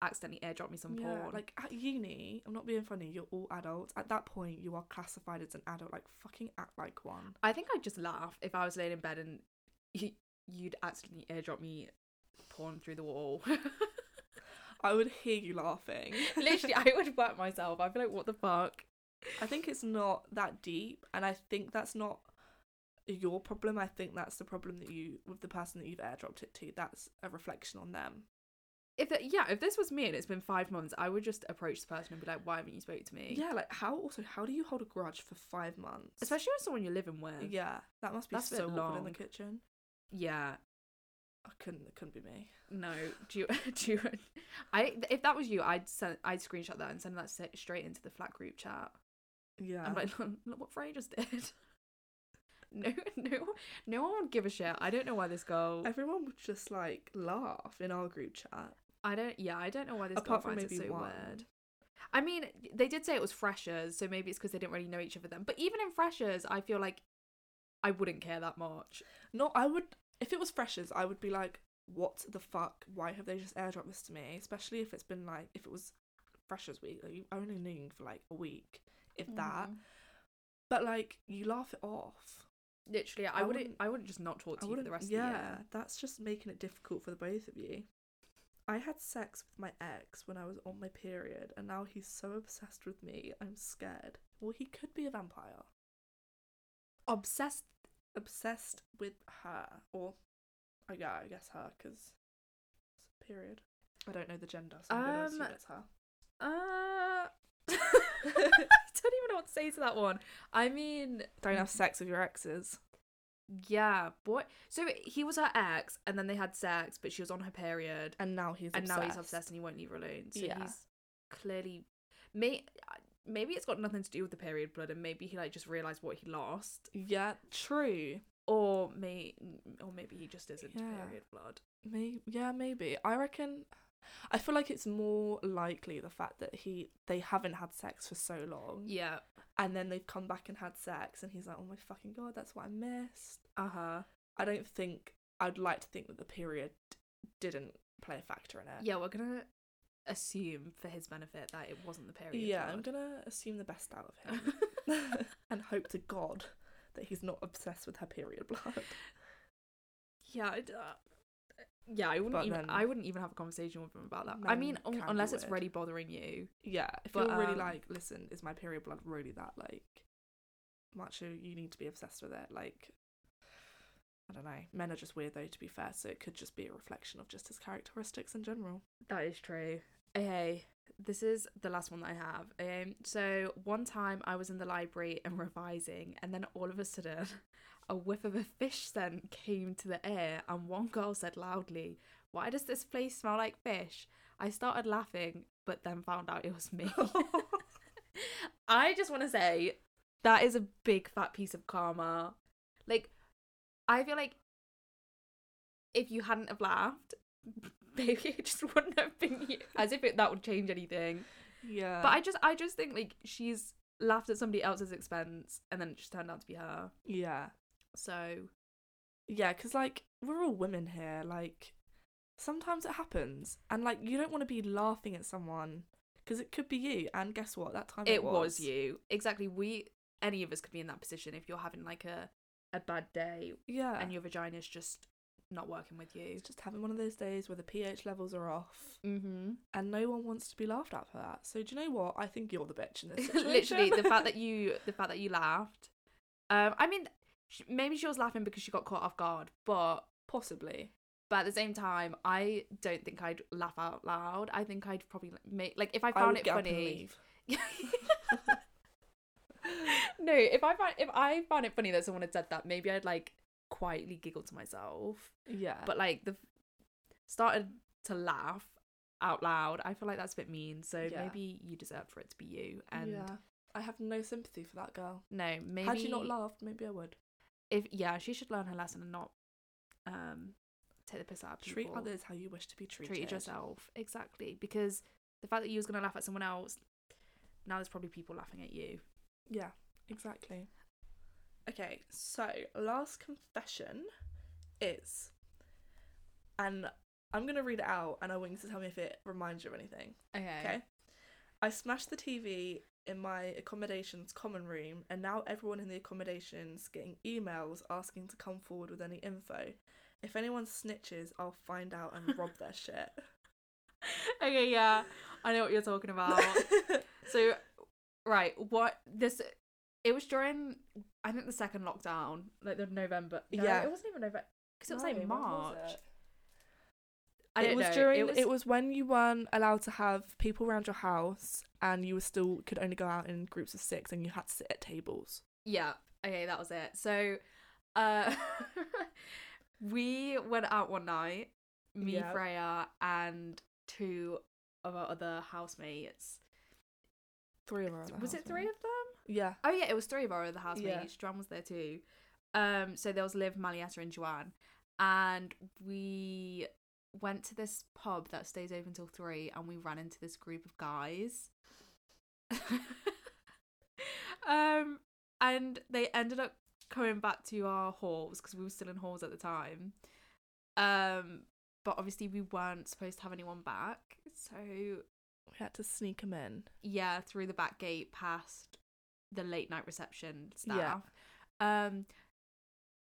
accidentally airdropped me some
Yeah,
porn.
like at uni, I'm not being funny. You're all adults. At that point, you are classified as an adult. Like fucking act like one.
I think I'd just laugh if I was laying in bed and y- you'd accidentally airdrop me porn through the wall.
I would hear you laughing.
Literally, I would whack myself. I'd be like, what the fuck?
I think it's not that deep, and I think that's not your problem. I think that's the problem that you with the person that you've airdropped it to. That's a reflection on them.
If it, yeah, if this was me and it's been five months, I would just approach the person and be like, why haven't you spoke to me?
Yeah, like how also how do you hold a grudge for five months?
Especially with someone you're living with.
yeah, that must be
That's a bit
so awkward in the
long.
kitchen.
Yeah.
I couldn't. It couldn't be me.
No. Do you? Do you? I if that was you, I'd send. I'd screenshot that and send that sa- straight into the flat group chat.
Yeah,
I'm like, look, look what Frey just did. No, no, no one would give a shit. I don't know why this girl.
everyone would just like laugh in our group chat.
I don't. Yeah, I don't know why this
apart
girl
from
finds it
maybe
so
one.
weird. I mean, they did say it was freshers, so maybe it's because they didn't really know each other then. But even in freshers, I feel like I wouldn't care that much.
No, I would. If it was freshers, I would be like, "What the fuck? Why have they just airdropped this to me?" Especially if it's been like, if it was freshers week, like, you only knew for like a week, if
Mm-hmm.
that. But like, you laugh it off.
Literally, I,
I
wouldn't,
wouldn't-
I wouldn't just not talk to you for the rest
yeah,
of the year.
that's just making it difficult for the both of you. I had sex with my ex when I was on my period, and now he's so obsessed with me. I'm scared. Well, he could be a vampire.
Obsessed.
Obsessed with her, or I yeah, I guess her, because period. I don't know the gender, so I'm gonna assume
Um,
it's her.
Uh, I don't even know what to say to that one. I mean,
Don't have sex with your exes.
yeah, boy. So he was her ex, and then they had sex, but she was on her period,
And now he's
and
obsessed.
now he's obsessed and he won't leave her alone. So
Yeah.
he's clearly may maybe it's got nothing to do with the period blood, and maybe he like just realized what he lost,
Yeah, true.
or may or maybe he just isn't
Yeah.
period blood.
Maybe, yeah, maybe. I reckon. I feel like it's more likely the fact that he they haven't had sex for so long,
Yeah.
and then they've come back and had sex, and he's like, "Oh my fucking god, that's what I missed."
Uh huh.
I don't think I'd like to think that the period didn't play a factor in it.
Yeah, we're gonna assume for his benefit that it wasn't the period.
yeah. I'm
blood.
gonna assume the best out of him, and hope to God that he's not obsessed with her period blood.
Yeah, I'd, uh, yeah, I wouldn't
But
even.
then-
I wouldn't even have a conversation with him about that. I mean,
Men
un-
can be
unless it's
weird.
really bothering you.
Yeah, if
But,
you're really
um,
like, listen, is my period blood really that like much? You you need to be obsessed with it. Like, I don't know. Men are just weird though, to be fair. So it could just be a reflection of just his characteristics in general.
That is true. Okay, this is the last one that I have. Um, so one time I was in the library and revising, and then all of a sudden, a whiff of a fish scent came to the air, and one girl said loudly, "Why does this place smell like fish?" I started laughing, but then found out it was me. I just want to say that is a big fat piece of karma. Like, I feel like if you hadn't have laughed, maybe it just wouldn't have been you. As if it, that would change anything.
Yeah,
But I just, I just think like she's laughed at somebody else's expense, and then it just turned out to be her.
yeah,
So
yeah. Because like we're all women here. Like sometimes it happens, and like you don't want to be laughing at someone because it could be you. And guess what? That time
it, was. you exactly. We any of us could be in that position if you're having like a a bad day
Yeah,
and your vagina's just not working with you.
it's just having one of those days where the pH levels are off.
Mm-hmm.
and no one wants to be laughed at for that. So do you know what? I think you're the bitch in this situation.
literally the fact that you the fact that you laughed um i mean sh maybe she was laughing because she got caught off guard but
possibly,
but at the same time i don't think i'd laugh out loud i think i'd probably like, make like if i
I
found
would
it
get up and
funny
leave.
no if i found if i found it funny that someone had said that maybe i'd like quietly giggle to myself
Yeah,
but like the started to laugh out loud i feel like that's a bit mean so
Yeah.
maybe you deserve for it to be you and
yeah, I have no sympathy for that girl.
no maybe
Had you not laughed, maybe I would.
if yeah, she should learn her lesson and not um take the piss out of people.
Treat others how you wish to be treated.
treat yourself exactly because the fact that you was gonna laugh at someone else, now there's probably people laughing at you.
Yeah, exactly. Okay, so last confession is, and I'm gonna read it out, and I want you to tell me if it reminds you of anything.
Okay.
Okay. I smashed the TV in my accommodation's common room, and now everyone in the accommodation's getting emails asking to come forward with any info. If anyone snitches, I'll find out and rob their shit.
okay, yeah, I know what you're talking about. so, right, what this? It was during I think the second lockdown, like the November. No,
Yeah.
it wasn't even November because it was like
No, when was
March.
it?
I don't
it was
know.
during
it was,
when you weren't allowed to have people around your house and you were still could only go out in groups of six and you had to sit at tables.
yeah. Okay, that was it. So, uh, we went out one night, me,
Yeah.
Freya, and two of our other housemates.
Three of our other
was it three
housemates.
of them?
Yeah.
Oh yeah, it was three of our other housemates.
Yeah.
Joanne was there too. Um, so there was Liv, Malietta, and Joanne, and we went to this pub that stays open till three, and we ran into this group of guys. um, and they ended up coming back to our halls because we were still in halls at the time. Um, but obviously we weren't supposed to have anyone back, so
We had to sneak them in.
yeah, through the back gate past the late night reception
Yeah.
staff. Um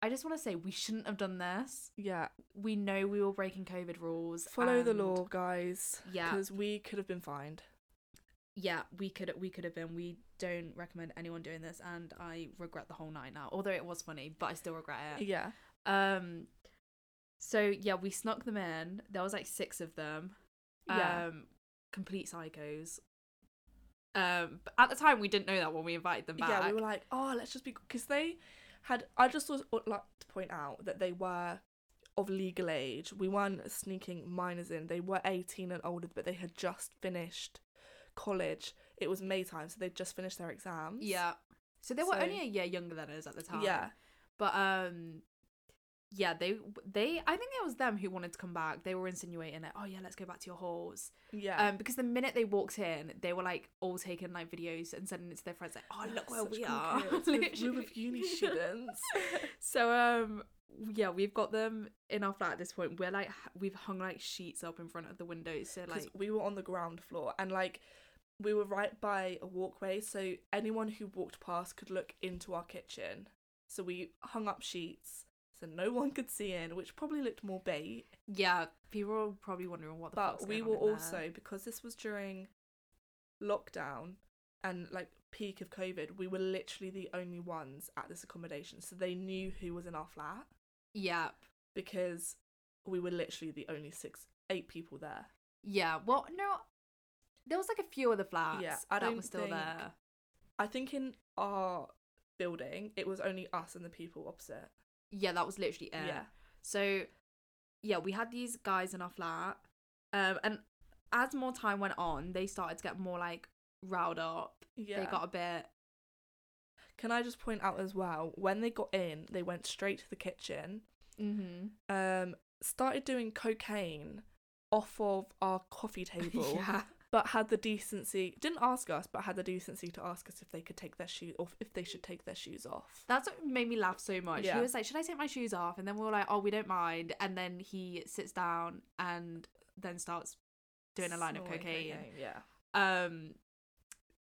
I just want to say we shouldn't have done this.
Yeah.
We know we were breaking COVID rules.
Follow the
and-
law, guys.
Yeah.
Because we could have been fined.
Yeah, we could we could have been. We don't recommend anyone doing this and I regret the whole night now. Although it was funny, but I still regret it.
Yeah.
Um so yeah, we snuck them in. There was like six of them.
Yeah.
Um complete psychos. Um but at the time we didn't know that when we invited them back.
yeah, we were like, oh, let's just be because they had. I just was would like to point out that they were of legal age. We weren't sneaking minors in. They were eighteen and older, but they had just finished college. It was May time, so they'd just finished their exams.
Yeah. So they were
So-
only a year younger than us at the time.
yeah,
But um yeah, they they I think it was them who wanted to come back. They were insinuating it, oh yeah, let's go back to your halls.
yeah.
Um because the minute they walked in, they were like all taking like videos and sending it to their friends like, Oh look where
Such
we
cool
are.
kids. We're, we're
Literally.
with uni students.
so um yeah, we've got them in our flat at this point. We're like h- we've hung like sheets up in front of the windows. So
because
like
we were on the ground floor and like we were right by a walkway so anyone who walked past could look into our kitchen so we hung up sheets so no one could see in which probably looked more bait
yeah, people were probably wondering what the fuck's
but we
going
were
on in there.
also because this was during lockdown and like peak of covid we were literally the only ones at this accommodation so they knew who was in our flat
Yeah.
because we were literally the only six eight people there
Yeah. Well, no, there was like a few other flats
Yeah, I
I that
don't
were still
think-
there.
I think in our building, it was only us and the people opposite.
Yeah, that was literally it.
Yeah.
So, yeah, we had these guys in our flat, um, and as more time went on, they started to get more like riled up.
Yeah.
They got a bit.
Can I just point out as well, when they got in, they went straight to the kitchen,
Mm-hmm.
um, started doing cocaine off of our coffee table,
yeah.
but had the decency, didn't ask us, but had the decency to ask us if they could take their shoes off, if they should take their shoes off.
That's what made me laugh so much.
Yeah.
He was like, "Should I take my shoes off?" And then we were like, "Oh, we don't mind." And then he sits down and then starts doing a line of
Snorting
cocaine.
Yeah.
Um,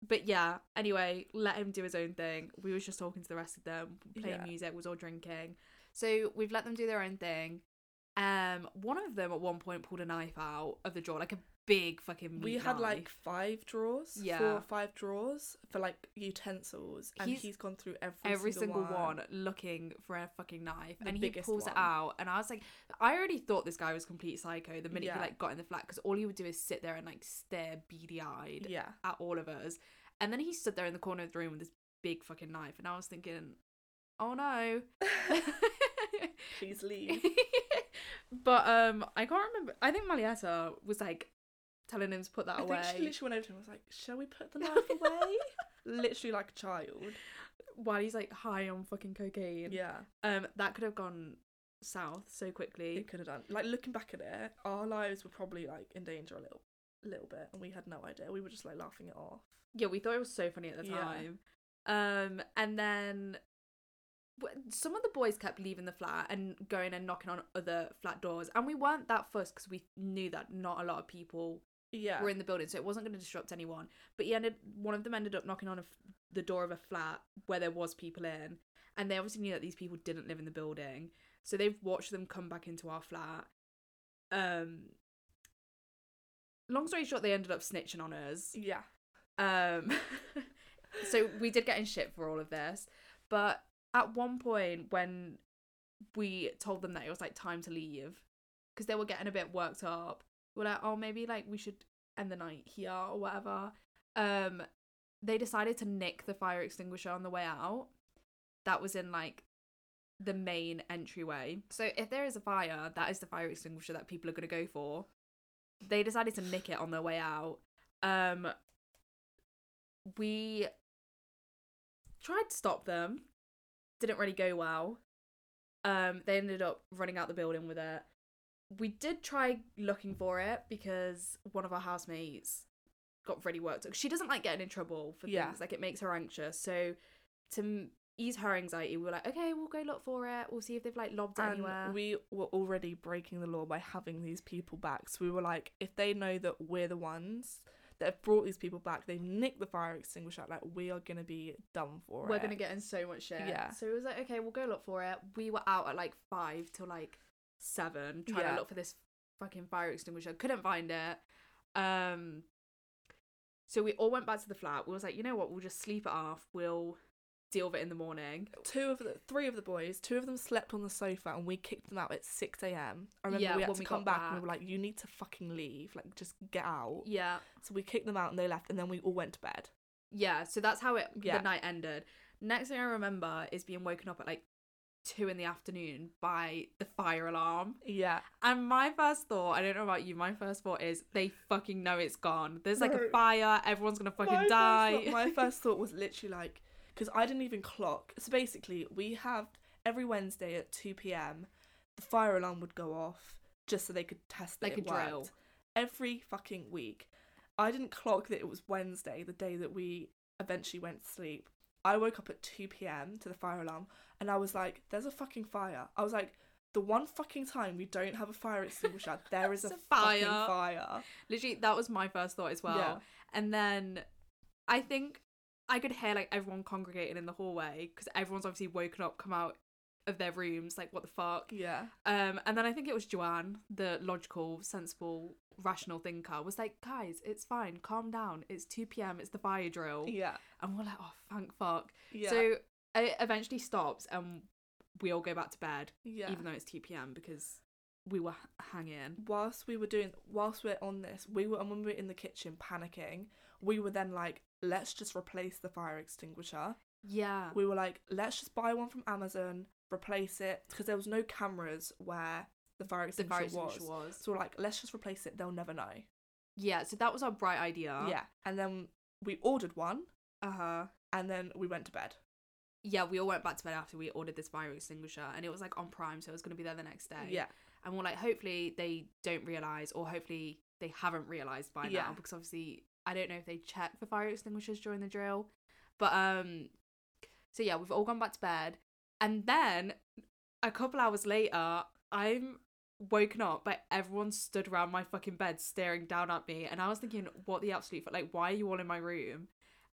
but yeah. Anyway, let him do his own thing. We was just talking to the rest of them, playing
Yeah.
music, was all drinking. So we've let them do their own thing. Um, one of them at one point pulled a knife out of the drawer, like a big fucking.
We
meat
had like
knife.
five drawers, four
Yeah.
or five drawers for like utensils, and
He's-
he's gone through every,
every single
one.
one looking for a fucking knife,
The
and he
biggest
pulls
one.
it out, and I was like, I already thought this guy was complete psycho the minute
Yeah.
he like got in the flat because all he would do is sit there and like stare beady eyed
Yeah.
at all of us. And then he stood there in the corner of the room with this big fucking knife, and I was thinking, oh no.
Please leave.
but um, I can't remember. I think Malietta was like telling him to put that
I
away.
think she literally went over to him and was like, Shall we put the knife away? literally like a child.
While he's like high on fucking cocaine.
Yeah.
Um, that could have gone south so quickly.
It could have done. Like looking back at it, our lives were probably like in danger a little little bit and we had no idea. We were just like laughing it off.
Yeah, we thought it was so funny at the
Yeah.
time. Um, and then w- some of the boys kept leaving the flat and going and knocking on other flat doors, and we weren't that fussed because we knew that not a lot of people
Yeah.
were in the building, so it wasn't going to disrupt anyone. But he ended one of them ended up knocking on a f the door of a flat where there was people in, and they obviously knew that these people didn't live in the building, so they've watched them come back into our flat. Um, long story short, they ended up snitching on us.
Yeah.
Um, so we did get in shit for all of this. But at one point, when we told them that it was like time to leave, because they were getting a bit worked up, we were like, oh, maybe like we should end the night here or whatever. Um, they decided to nick the fire extinguisher on the way out. That was in like the main entryway. So if there is a fire, that is the fire extinguisher that people are going to go for. They decided to nick it on their way out. Um, we tried to stop them didn't really go well um they ended up running out the building with it we did try looking for it because one of our housemates got really worked up she doesn't like getting in trouble for
Yeah.
things like it makes her anxious so to m- ease her anxiety we were like okay we'll go look for it we'll see if they've like lobbed it
And
anywhere
we were already breaking the law by having these people back. So we were like, if they know that we're the ones that have brought these people back, they've nicked the fire extinguisher, like we are gonna be done for
we're
it.
gonna get in so much shit.
Yeah.
So it was like, okay, we'll go look for it. We were out at like five till like seven trying
Yeah.
to look for this fucking fire extinguisher. Couldn't find it. Um. So we all went back to the flat. We was like, you know what? We'll just sleep it off. We'll deal with it in the morning.
two of the three of the boys, two of them slept on the sofa and we kicked them out at six AM. I remember
Yeah,
we had
when
to
we
come
got
back, and we
back.
were like, You need to fucking leave, like just get out.
Yeah.
So we kicked them out and they left and then we all went to bed.
Yeah. So that's how it
Yeah.
the night ended. Next thing I remember is being woken up at like two in the afternoon by the fire alarm.
Yeah.
And my first thought, I don't know about you, my first thought is they fucking know it's gone. There's like
No.
a fire, everyone's gonna fucking
my
die.
First thought, my first thought was literally like, because I didn't even clock. So basically, we have every Wednesday at 2 p.m., the fire alarm would go off just so they could test that
Like
it
a drill.
worked. Every fucking week. I didn't clock that it was Wednesday, the day that we eventually went to sleep. I woke up at 2 p.m. to the fire alarm and I was like, there's a fucking fire. I was like, the one fucking time we don't have a fire extinguisher, there is a,
It's a
fire. fucking
fire.
fire.
Literally, that was my first thought as well.
Yeah.
And then I think I could hear like everyone congregating in the hallway because everyone's obviously woken up, come out of their rooms, like what the fuck.
Yeah.
Um, and then I think it was Joanne, the logical, sensible, rational thinker, was like, guys, it's fine, calm down. It's 2 p.m., it's the fire drill.
Yeah.
And we're like, oh, thank fuck.
Yeah.
So it eventually stops and we all go back to bed,
yeah.
even though it's 2 p.m. because we were h- hanging.
whilst we were doing whilst we're on this we were and when we were in the kitchen panicking we were then like let's just replace the fire extinguisher
Yeah.
we were like let's just buy one from amazon replace it because there was no cameras where the fire
The
extinguisher,
fire extinguisher
was.
was.
so we're like let's just replace it they'll never know
Yeah, so that was our bright idea.
yeah and then we ordered one
Uh huh.
and then we went to bed
Yeah, we all went back to bed after we ordered this fire extinguisher and it was like on Prime, so it was going to be there the next day.
yeah
And we're like, hopefully they don't realise or hopefully they haven't realised by
Yeah.
now because obviously I don't know if they check for fire extinguishers during the drill. But um so yeah, we've all gone back to bed. And then a couple hours later, I'm woken up by everyone stood around my fucking bed staring down at me and I was thinking, what the absolute fuck like why are you all in my room?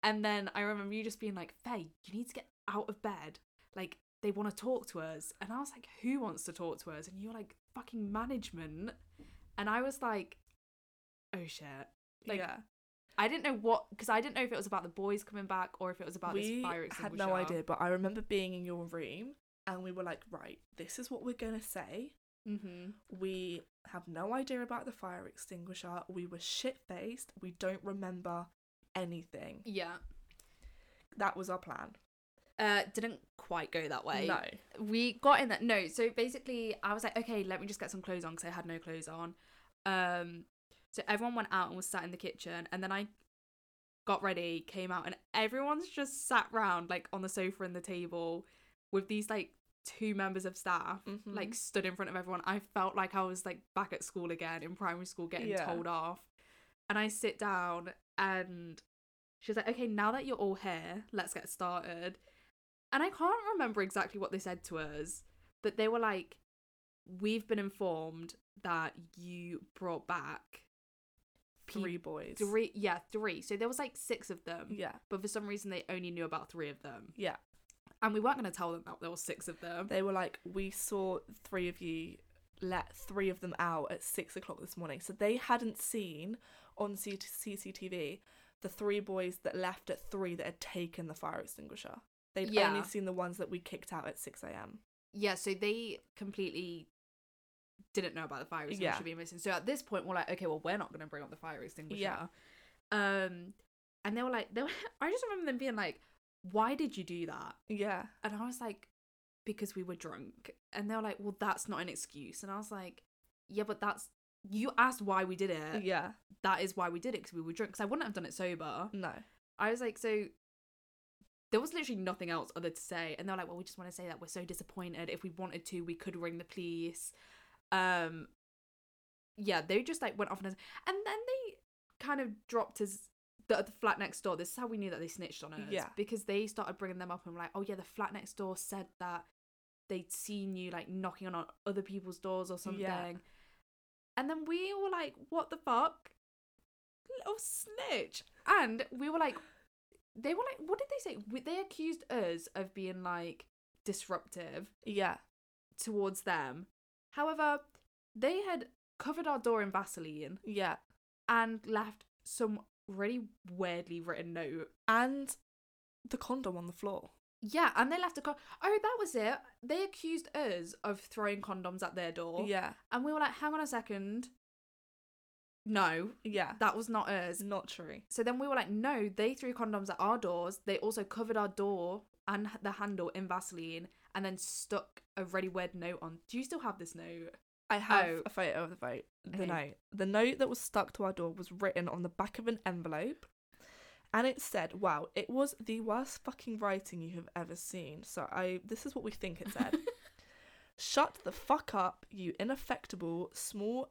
And then I remember you just being like, Faye, you need to get out of bed. Like, they want to talk to us. And I was like, who wants to talk to us? And you were like, fucking management. And I was like, oh shit. Like,
yeah
I didn't know what, because I didn't know if it was about the boys coming back or if it was about this
we
fire
had
extinguisher.
no idea but i remember being in your room and we were like right this is what we're gonna say
Mm-hmm.
We have no idea about the fire extinguisher. We were shit faced. We don't remember anything.
Yeah.
That was our plan.
Uh, didn't quite go that way.
No.
we got in that no so basically i was like okay let me just get some clothes on because i had no clothes on um so everyone went out and was sat in the kitchen and then i got ready came out and everyone's just sat round like on the sofa and the table with these like two members of staff
Mhm.
like stood in front of everyone i felt like i was like back at school again in primary school getting
Yeah.
told off and i sit down and she was like okay now that you're all here let's get started and I can't remember exactly what they said to us, but they were like, "We've been informed that you brought back pe-
Three boys.
three, yeah, three. So there was like six of them,
Yeah.
but for some reason they only knew about three of them,
Yeah.
and we weren't going to tell them that there were six of them.
They were like, we saw three of you let three of them out at six o'clock this morning. So they hadn't seen on C- CCTV the three boys that left at three that had taken the fire extinguisher. They'd
Yeah.
only seen the ones that we kicked out at 6 a.m.
Yeah, so they completely didn't know about the fire extinguisher
Yeah.
being missing. So at this point, we're like, okay, well, we're not going to bring up the fire extinguisher.
Yeah.
Um, and they were like, they were, I just remember them being like, why did you do that?
Yeah.
And I was like, because we were drunk. And they were like, well, that's not an excuse. And I was like, yeah, but that's you asked why we did it.
Yeah.
That is why we did it because we were drunk. Because I wouldn't have done it sober.
No.
I was like, so there was literally nothing else other to say. And they're like, well, we just want to say that we're so disappointed. If we wanted to, we could ring the police. Um, yeah, they just like went off and and then they kind of dropped us the, the flat next door. This is how we knew that they snitched on us.
Yeah.
because they started bringing them up and were like, oh yeah, the flat next door said that they'd seen you like knocking on other people's doors or something. And then we were like, what the fuck? Little snitch. And we were like, they were like, what did they say? We- They accused us of being like disruptive
Yeah.
towards them. However, they had covered our door in Vaseline
Yeah.
and left some really weirdly written note.
And the condom on the floor.
Yeah, and they left a con- Oh, that was it. They accused us of throwing condoms at their door.
Yeah.
And we were like, hang on a second. No,
Yeah.
that was not us.
It's not true.
So then we were like, no, they threw condoms at our doors. They also covered our door and h- the handle in Vaseline and then stuck a really weird note on. Do you still have this note?
I have
Oh.
a photo of the vote. The
Okay.
note. The note that was stuck to our door was written on the back of an envelope. And it said, wow, it was the worst fucking writing you have ever seen. So I this is what we think it said. Shut the fuck up, you ineffectable, small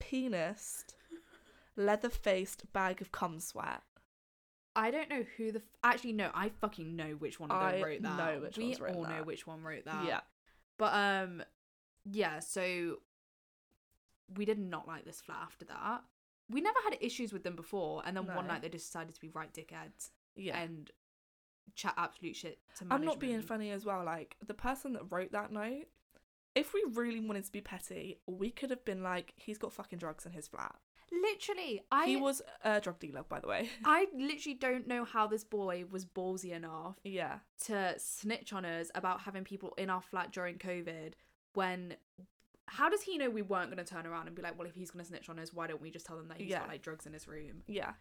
penis leather faced bag of cum sweat.
I don't know who the. F- Actually, no, I fucking know which one of them
I
wrote that.
know which
we
one's written
all know
that.
which one wrote that.
Yeah.
But, um, yeah, so we did not like this flat after that. We never had issues with them before. And then one
No.
night they just decided to be right dickheads
Yeah.
and chat absolute shit to
I'm
management.
not being funny as well. Like the person that wrote that note, if we really wanted to be petty, we could have been like, he's got fucking drugs in his flat.
Literally, I
he was a drug dealer, by the way.
I literally don't know how this boy was ballsy enough
yeah,
to snitch on us about having people in our flat during COVID when how does he know we weren't going to turn around and be like, well, if he's going to snitch on us, why don't we just tell them that he's
Yeah.
got like drugs in his room?
yeah,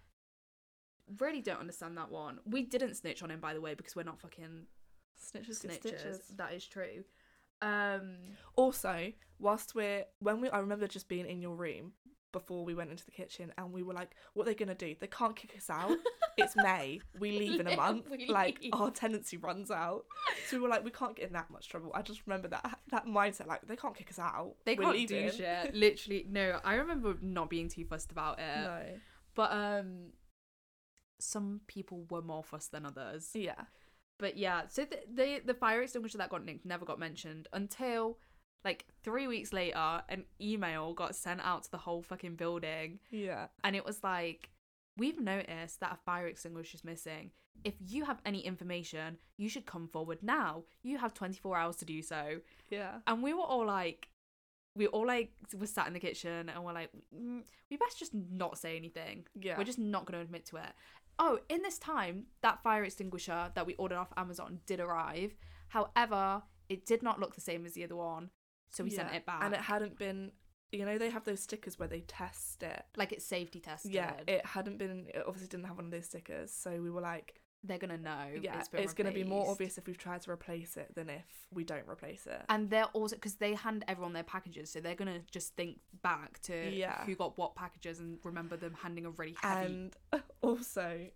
Really don't understand that one. We didn't snitch on him, by the way, because we're not fucking
snitches, get
snitches.
stitches.
That is true. Um,
Also, whilst we're when we, I remember just being in your room before we went into the kitchen, and we were like, what are they gonna do? They can't kick us out. it's May. We leave in a month.
We
Like
leave.
our tenancy runs out, so we were like, we can't get in that much trouble. I just remember that that mindset. Like they can't kick us out.
They
We're
can't
leaving.
do shit. Literally, no. I remember not being too fussed about it.
No.
But um some people were more fussed than others.
Yeah.
But yeah, so the the, the fire extinguisher that got nicked never got mentioned until like 3 weeks later an email got sent out to the whole fucking building
Yeah.
and it was like we've noticed that a fire extinguisher is missing. If you have any information, you should come forward now. You have 24 hours to do so.
Yeah.
And we were all like, we all like were sat in the kitchen and we're like, mm, we best just not say anything.
Yeah.
We're just not going to admit to it. Oh, in this time, that fire extinguisher that we ordered off Amazon did arrive. However, it did not look the same as the other one. So we sent
Yeah.
it back.
And it hadn't been, you know, they have those stickers where they test it.
like it's safety tested.
Yeah, it hadn't been. It obviously didn't have one of those stickers, so we were like,
They're going to know.
"Yeah,
been
it's going to be more
replaced.
obvious if we've tried to replace it than if we don't replace it."
And they're also, because they hand everyone their packages. So they're going to just think back to
Yeah.
who got what packages and remember them handing a really heavy
And also,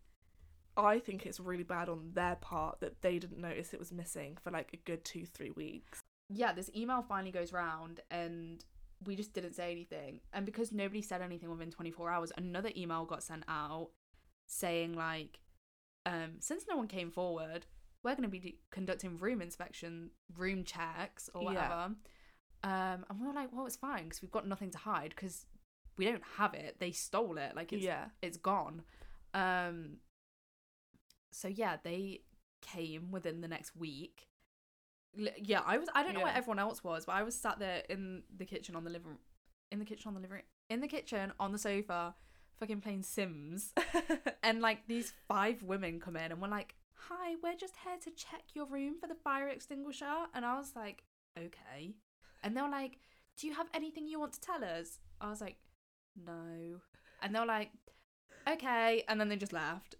I think it's really bad on their part that they didn't notice it was missing for like a good two, three weeks.
yeah, this email finally goes round and we just didn't say anything. And because nobody said anything within 24 hours, another email got sent out saying like um since no one came forward, we're going to be do- conducting room inspection, room checks or
Yeah.
whatever. Um and we were like, well, it's fine because we've got nothing to hide cuz we don't have it. They stole it. Like it's
yeah,
it's gone. Um so yeah, they came within the next week Li- yeah, I was. I don't know where
Yeah.
everyone else was, but I was sat there in the kitchen on the living, in the kitchen on the living, in the kitchen on the sofa, fucking playing Sims, and like these five women come in and we're like, "Hi, we're just here to check your room for the fire extinguisher," and I was like, "Okay," and they were like, "Do you have anything you want to tell us?" I was like, "No," and they were like, "Okay," and then they just left.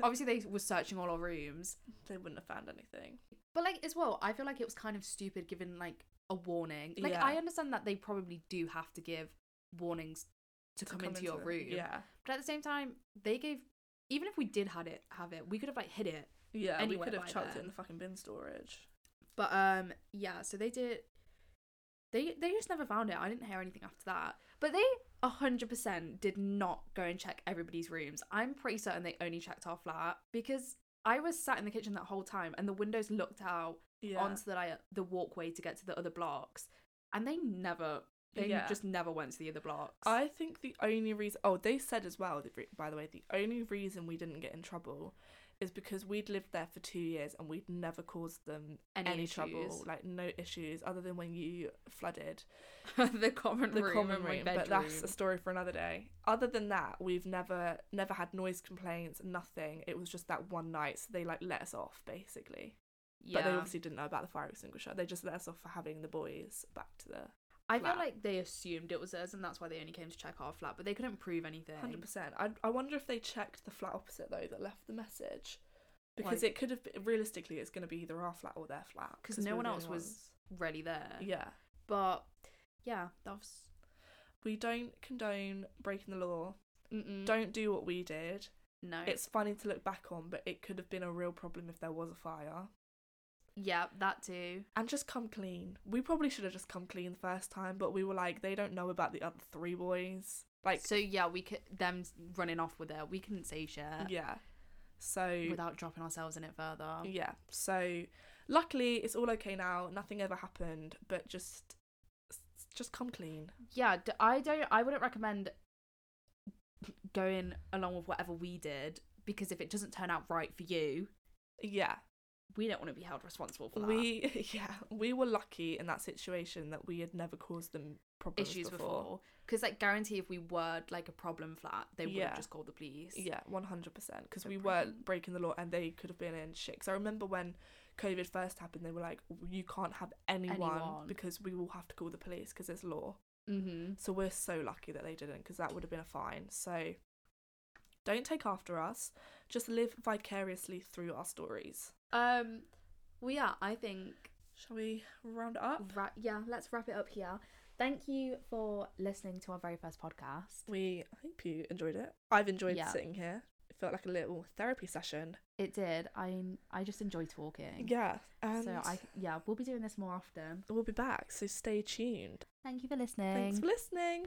Obviously, they were searching all our rooms.
they wouldn't have found anything.
But like as well, I feel like it was kind of stupid given like a warning. Like
Yeah.
I understand that they probably do have to give warnings to, come, into, your
the-
room.
Yeah.
But at the same time, they gave even if we did had it have it, we could have like hid it.
Yeah,
Anywhere
we could have
by
chucked it
then.
in the fucking bin storage.
But um yeah, so they did they they just never found it. I didn't hear anything after that. But they a hundred percent did not go and check everybody's rooms. I'm pretty certain they only checked our flat because I was sat in the kitchen that whole time and the windows looked out
Yeah.
onto the like, the walkway to get to the other blocks, and they never, they
Yeah.
just never went to the other blocks.
I think the only reason, oh, they said as well, the re- by the way, the only reason we didn't get in trouble is because we'd lived there for two years and we'd never caused them
any,
any,
issues?
trouble, like no issues, other than when you flooded
the common
the
room,
common
and my
room.
bedroom.
But that's a story for another day. Other than that, we've never, never had noise complaints, nothing. It was just that one night, so they like let us off basically.
yeah.
But they obviously didn't know about the fire extinguisher. They just let us off for having the boys back to the
I feel
flat.
like they assumed it was us, and that's why they only came to check our flat, but they couldn't prove anything.
Hundred percent. I I wonder if they checked the flat opposite though that left the message, because
Like-
it could have been, realistically it's going to be either our flat or their flat
'Cause no
we're
one
the
else
only
was- Really there,
ones. Yeah,
but yeah, that was.
we don't condone breaking the law.
Mm-mm.
Don't do what we did.
no.
It's funny to look back on, but it could have been a real problem if there was a fire.
yeah, that too.
And just come clean. We probably should have just come clean the first time, but we were like, they don't know about the other three boys. Like,
so yeah, we could them running off with it. We couldn't say shit
yeah. So
without dropping ourselves in it further.
Yeah. So luckily it's all okay now. Nothing ever happened, but just s- just come clean.
yeah d- i don't i wouldn't recommend going along with whatever we did because if it doesn't turn out right for you
Yeah.
we don't want to be held responsible for that
We yeah, we were lucky in that situation that we had never caused them problems
issues
before.
before because like guarantee if we were like a problem flat they would
Yeah.
have just called the police
Yeah, 100% because
So
we were
brilliant.
breaking the law and they could have been in shit. 'Cause I remember when COVID first happened, they were like you can't have anyone,
Anyone.
because we will have to call the police because it's law.
mm-hmm.
So we're so lucky that they didn't because that would have been a fine. So don't take after us. Just live vicariously through our stories.
um well yeah i think
Shall we round it up?
ra- yeah let's wrap it up here thank you for listening to our very first podcast
We I hope you enjoyed it. I've enjoyed
Yeah.
sitting here. It felt like a little therapy session.
it did i i just enjoy talking
Yeah. And
so i yeah we'll be doing this more often
we'll be back, so stay tuned.
thank you for listening
Thanks for listening.